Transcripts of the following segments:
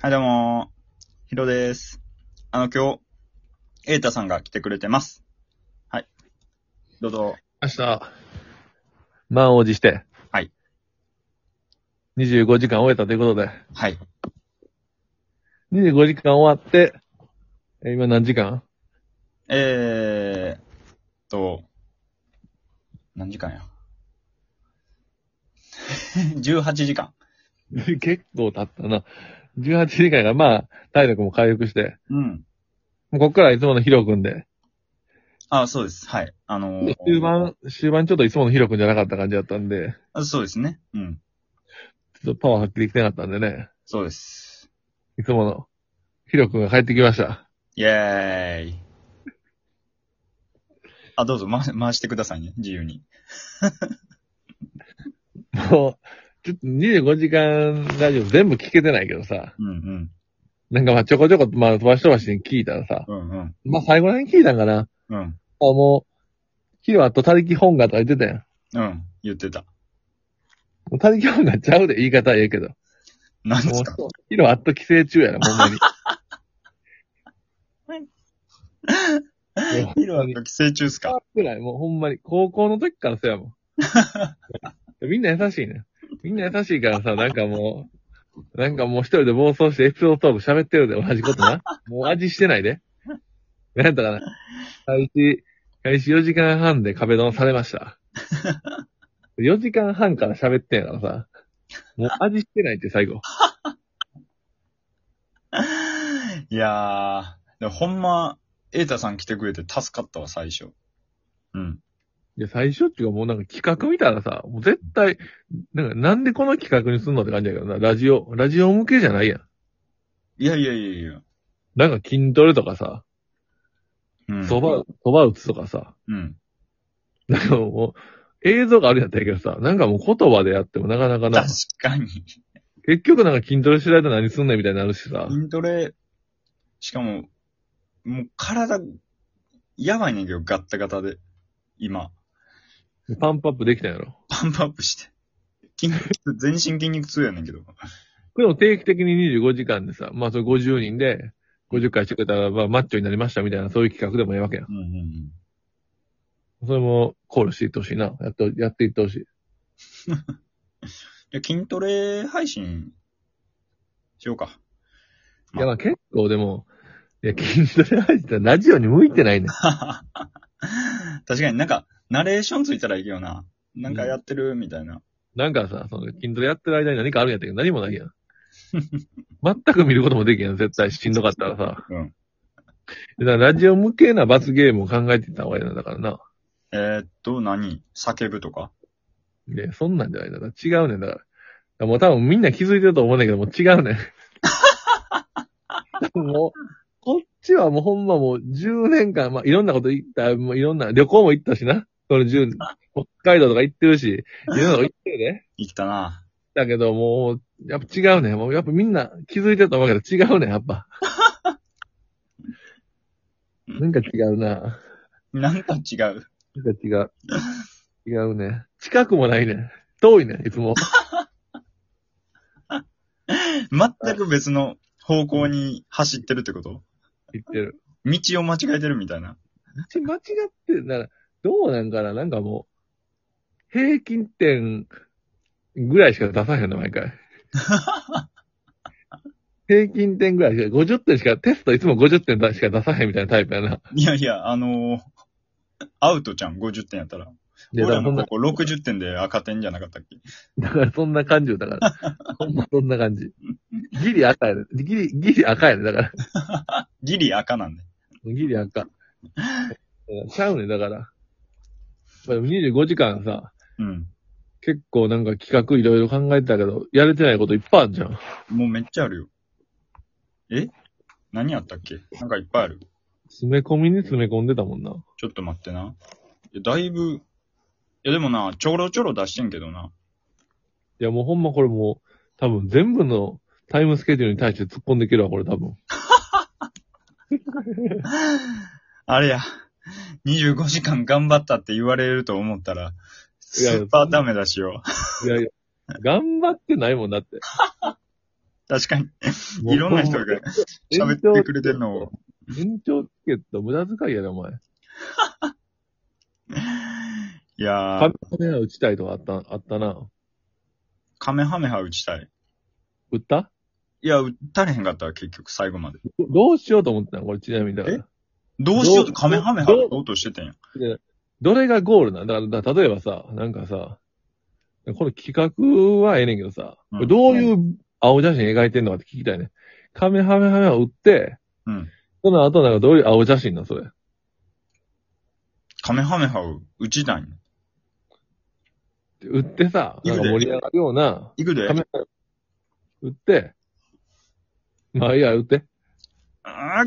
はい、どうもー。ヒロです。あの、今日、エータさんが来てくれてます。はい。どうぞ。明日、満を持して。はい。 25時間終えたということで。はい。 25時間終わって、え今何時間えーっと、何時間 や ?18 時間。 結構経ったな。18時間がまあ、体力も回復して。うん。もうこっからいつものヒロ君で。あ、そうです。はい。あのー、終盤、終盤ちょっといつものヒロ君じゃなかった感じだったんで、あそうですね。うん。ちょっとパワー発揮できてなかったんでね。そうです。いつものヒロ君が帰ってきました。イェーイ。あ、どうぞ、回し回してくださいね。自由に。もう、ちょっと25時間ラジオ全部聞けてないけどさ。うんなんかまあちょこちょこ、まあ飛ばし飛ばしに聞いたらさ、うん。うんうん。まあ最後らへん聞いたんかな。あうん。もう、ヒロアと他力本願とか言ってたやん。うん。言ってた。もう他力本願ちゃうで言い方はええけど。何でもすうか、ヒロアと寄生虫やな、ほんまに。もうヒロは寄生虫っす変かわってない。もうほんまに、高校の時からそうやもん。みんな優しいね。みんな優しいからさ、なんかもう、なんかもう一人で暴走してエピソードトーク喋ってるで、同じことな。もう味してないで。なんやったかな。開始、開始4時間半で壁ドンされました。4時間半から喋ってんやからさ、もう味してないって最後。いやー、でもほんま、エータさん来てくれて助かったわ、最初。うん。いや、最初っていうかもうなんか企画見たらさ、もう絶対、なんかなんでこの企画にすんのって感じだけどな、ラジオ、ラジオ向けじゃないやん。いやいやいやいや。なんか筋トレとかさ、うん。そば、そば打つとかさ、 うん。なんかもう、映像があるやったらいいけどさ、なんかもう言葉でやってもなかなかな確、かに。結局なんか筋トレしないと何すんねんみたいになるしさ、筋トレ、しかも、もう体、やばいねんけど、ガッタガタで。今、パンプアップできたんやろ。パンプアップして。筋肉、全身筋肉痛やねんけど。これも定期的に25時間でさ、まあそれ50人で、50回してくれたら、まあマッチョになりましたみたいな、そういう企画でもいいわけやん。うんうんうん。それもコールしていってほしいな。やっと、やっていってほしい。いや、筋トレ配信、しようか。いや、まあ結構でも、いや、筋トレ配信ってラジオに向いてないねん。 確かになんか、ナレーションついたらいいよな。なんかやってるみたいな。なんかさ、その筋トレやってる間に何かあるんやったけど、何もないやん。全く見ることもできへん、絶対しんどかったらさ。うんだからラジオ向けな罰ゲームを考えていった方がいいな、だからな。えー、っと、何叫ぶとかで、そんなんじゃないんだから、違うねんだから。だからもう多分みんな気づいてると思うねん だけど、もう違うねん。もう、こっちはもうほんまもう10年間、まあいろんなこと行った、もういろんな、旅行も行ったしな。この10、北海道とか行ってるし、いろんなとこ行ってるね。生きたな。だけど、もう、やっぱ違うね。もう、やっぱみんな気づいてたわけど、違うね、やっぱ。なんか違うな。なんか違う。なんか違う。違うね。近くもないね。遠いね、いつも。全く別の方向に走ってるってこと言ってる。道を間違えてるみたいな。ち間違ってるなら、どうなんかななんかもう、平均点ぐらいしか出さへんの、毎 回。平均点ぐらいしか、50点しか、テストいつも50点しか出さへんみたいなタイプやな。いやいや、あのーアウトちゃん50点やったら。で俺らだからそんのなここ60点で赤点じゃなかったっけだからそんな感じよ、だから。ほんまそんな感じ。ギリ赤やね。ギリ、ギリ赤やね、だから。ギリ赤なんで。ギリ赤。ちゃうね、だから。まあでも25時間さ、うん。結構なんか企画いろいろ考えてたけど、やれてないこといっぱいあるじゃん。もうめっちゃあるよ。え何やったっけなんかいっぱいある。詰め込みに詰め込んでたもんな。ちょっと待ってな。いや、だいぶ、いやでもな、ちょろちょろ出してんけどな。いや、もうほんまこれもう、多分全部のタイムスケジュールに対して突っ込んできるわ、これ多分。あれや、25時間頑張ったって言われると思ったら、いスやーパーダメだしよいやいや、頑張ってないもんだって。確かに。もういろんな人が喋ってくれてるのを。延長チケット無駄遣いやで、お前。いやカー、メラ打ちたいとかあった、あったな。カメハメハ打ちたい。打ったいや、打たれへんかったわ、結局、最後まで。どどうしようと思ってたのこれちなみにだかえら。どうしようとカメハメハどう打とうとしてたんや。どれがゴールなんだから、だから例えばさ、なんかさ、この企画はええねんけどさ、うんこれどういう青写真描いてんのかって聞きたいね。カメハメハメを打って、うん。その後なんかどういう青写真なのそれ。カメハメハを打ちたいんや。打ってさ、なんか盛り上がるような、いくでカメハメ打って、まあいいや、打って。あ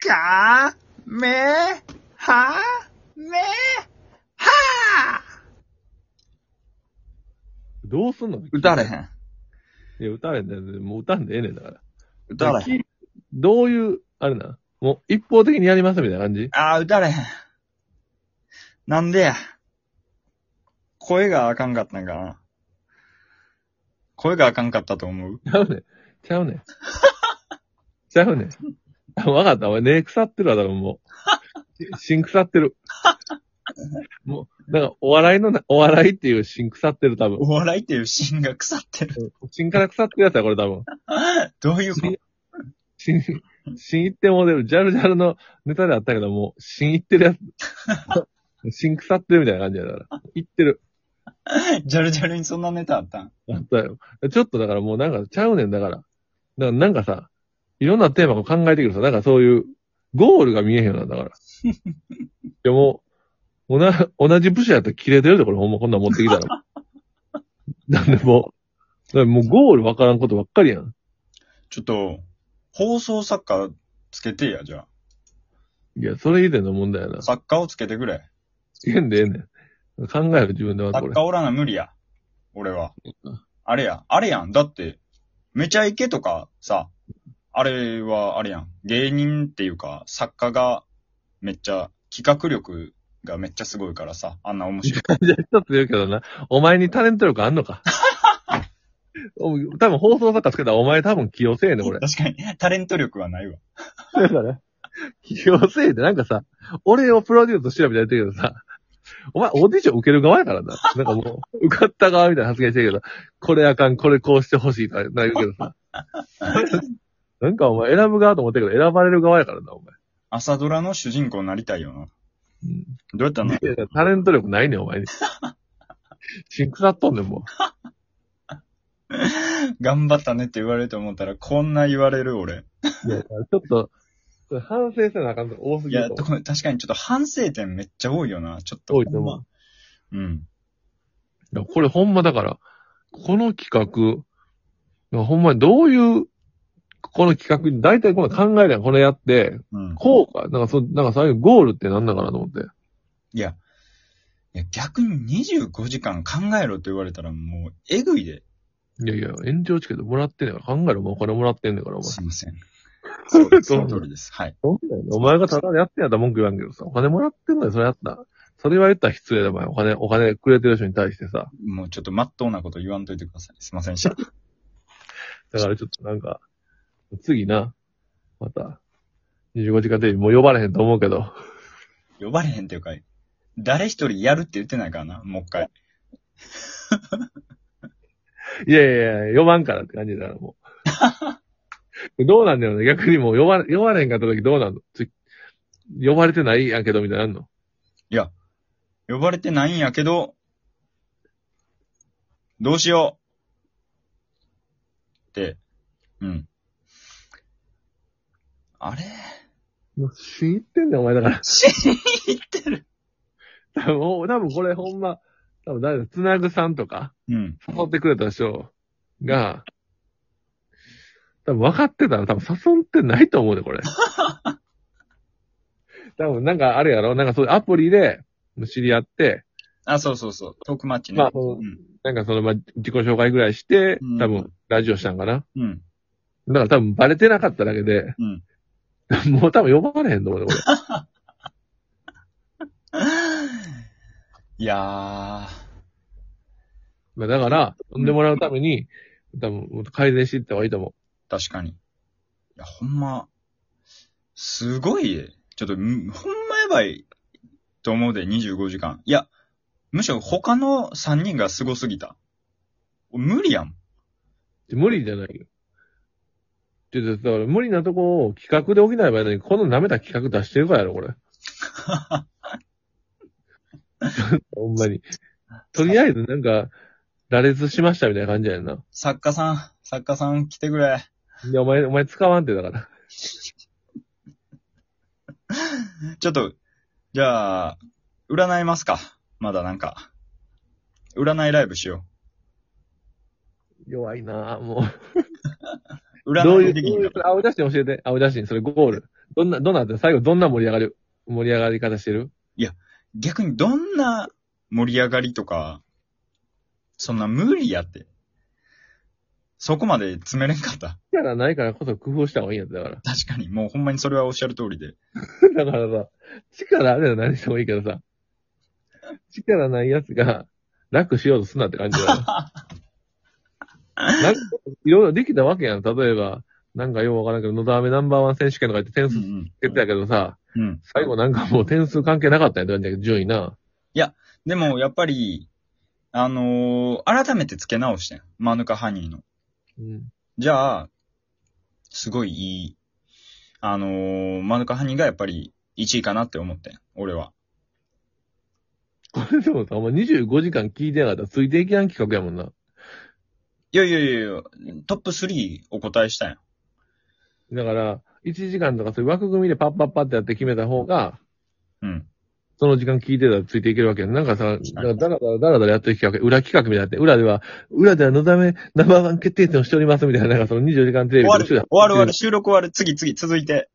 かめはめはどうすんの打たれへ。ん。いや、打たれへんだよ。もう打たんでええねんだから。打たれへん。ん。どういう、あれな。もう一方的にやりますみたいな感じあー、打たれへん。なんでや。声があかんかったんかな。声があかんかったと思うちゃうねん。ちゃうねん。ちゃうねん。あわかった。俺、根腐ってるわ、多分もう。芯腐ってる。もう、なんか、お笑いのな、お笑いっていう芯腐ってる、多分。お笑いっていうシーンが腐ってる。 芯から腐ってるやつや、これ多分。どういうこと 芯、芯いってもうてる。ジャルジャルのネタであったけど、もう、芯いってるやつ。芯腐ってるみたいな感じやだから。いってる。ジャルジャルにそんなネタあったんあったよ。ちょっとだからもうなんかちゃうねん、だから。だからなんかさ、いろんなテーマを考えてくるさ、なんかそういう、ゴールが見えへんようなんだから。でもう、おな、同じ部署やったら切れてるで、これほんまこんなん持ってきたら。なんでもう、だからもうゴールわからんことばっかりやん。ちょっと、放送作家つけてや、じゃいや、それ以前の問題やなあ。。作家をつけてくれ。つけんでええねん。考える自分でまたこ作れ。家おらな無理や。俺はうん。あれや。あれやん。だって、めちゃイケとかさ、あれはあれやん。芸人っていうか、作家がめっちゃ、企画力がめっちゃすごいからさ、あんな面白い。じゃあ一つ言うけどな、お前にタレント力あんのか。お多分放送作家つけたらお前多分起用せえねん、これ。確かに、タレント力はないわ。だから、起用せいでなんかさ、俺をプロデュースしろみたいな言ってるけどさ、お前オーディション受ける側やからな。なんかもう、受かった側みたいな発言してるけど、これあかん、これこうしてほしいとか言うけど さ。なんかお前選ぶ側と思ってるけど、選ばれる側やからな、お前。朝ドラの主人公になりたいよな。うんどうやったのいやタレント力ないねん、お 前に。シンクさっとんねん、も頑張ったねって言われると思ったら、こんな言われる俺。う。いやちょっと、反省せなあかんとこ多すいぎるや、とと思確かにちょっと反省点めっちゃ多いよな。ちょっと。う。多いと思う。うん。いやこれほんまだから、この企画、いやほんまにどういう、この企画に、大体この考えりゃこれやって、うん。こうか、なんかそ、なんかそういうゴールってなんだかなと思って。いや、いや逆に25時間考えろって言われたらもう、えぐいで。いやいや、延長チケットもらってんねんから、考えろ、もうお金もらってんねんから、お前。すいません。そう です。そそのう通りです。はい。そんなんやねお前がただでやってんやったら文句言わんけどさ、お金もらってんのよ、それやったら。それは言ったら失礼だ、お前。お金、お金くれてる人に対してさ。もうちょっと真っ当なこと言わんといてください。すいませんでした。だからちょっとなんか、次な、また、25時間テレビもう呼ばれへんと思うけど。呼ばれへんっていうか、誰一人やるって言ってないからな、もう一回。いやいやいや、呼ばんからって感じだから、も う。どうなんだよね逆にもう呼ば、呼ばれへんかった時どうなんのつ呼ばれてないんやけど、みたいなのあんの呼ばれてないんやけど、どうしようって、うん。あれもう死にってんだよ、お前だから。死に行ってる。多分、多分これほんま、多分誰だ、つなぐさんとか、うん。誘ってくれた人が、多分分かってたら多分誘ってないと思うで、こ れ。多分なんかあれやろなんかそういうアプリで知り合って、あ、そうそうそう。トークマッチね。まあうん。なんかその、まあ、自己紹介ぐらいしてうん、多分ラジオしたんかな。うん。だから多分バレてなかっただけで、うん。もう多分呼ばれへんと思うね、これ。 いやまあだから、呼んでもらうために、多分改善していった方がいいと思確かに。いや、ほんま、すごいえ、ちょっと、んほんまやばいと思うで、25時間。いや、むしろ他の3人が凄すぎた。無理やん。 無理じゃないよ。ちょっと、だから無理なとこを企画で補えばいいのに、この舐めた企画出してるからやろ、これ。ほんまに。とりあえずなんか、羅列しましたみたいな感じやんな。作家さん、作家さん来てくれ。で、お前、お前使わんってだから。ちょっと、じゃあ、占いますか。まだなんか。占いライブしよ弱いなぁ、もう。う。どう占い、いうでどうきひんいかうっ、青写真教えて、青写真、それゴール。どんな、どんなだった、最後どんな盛り上がる、盛り上がり方してる逆にどんな盛り上がりとか、そんな無理やって。そこまで詰めれんかった。 キャラないからこそ工夫した方がいいんやつだから。 確かに、もうほんまにそれはおっしゃる通りで。だからさ、力あるやら何してもいいけどさ、力ないやつが楽しようとすんなって感じだよ。なんかいろいろできたわけやん。例えば、なんかようわからんけど、野田飴ナンバーワン選手権とか言って点う数つんけてたけどさ、うん。うん。最後なんかもう点数関係なかったんやったんだけど、順位な。でも、やっぱり、あのー改めて付け直してん。マヌカハニーの。うん。じゃあ、すごいいい。あのーマヌカハニーがやっぱり1位かなって思ってん。俺は。これでもさ、お前25時間聞いてなかったらついていけない企画やもんな。いやいやいやいや、トップ3お答えしたやん。だから、1時間とかそういう枠組みでパッパッパってやって決めた方が、うん。その時間聞いてたらついていけるわけやん。なんかさ、確だからにだらだらだらだらやってる企画、裏企画みたいになって、裏では、裏ではのだめナンバーワン決定戦をしておりますみたいな、なんかその24時間テレビ終のわ後ろる、で終わる終わる、収録終わる、次次、続いて。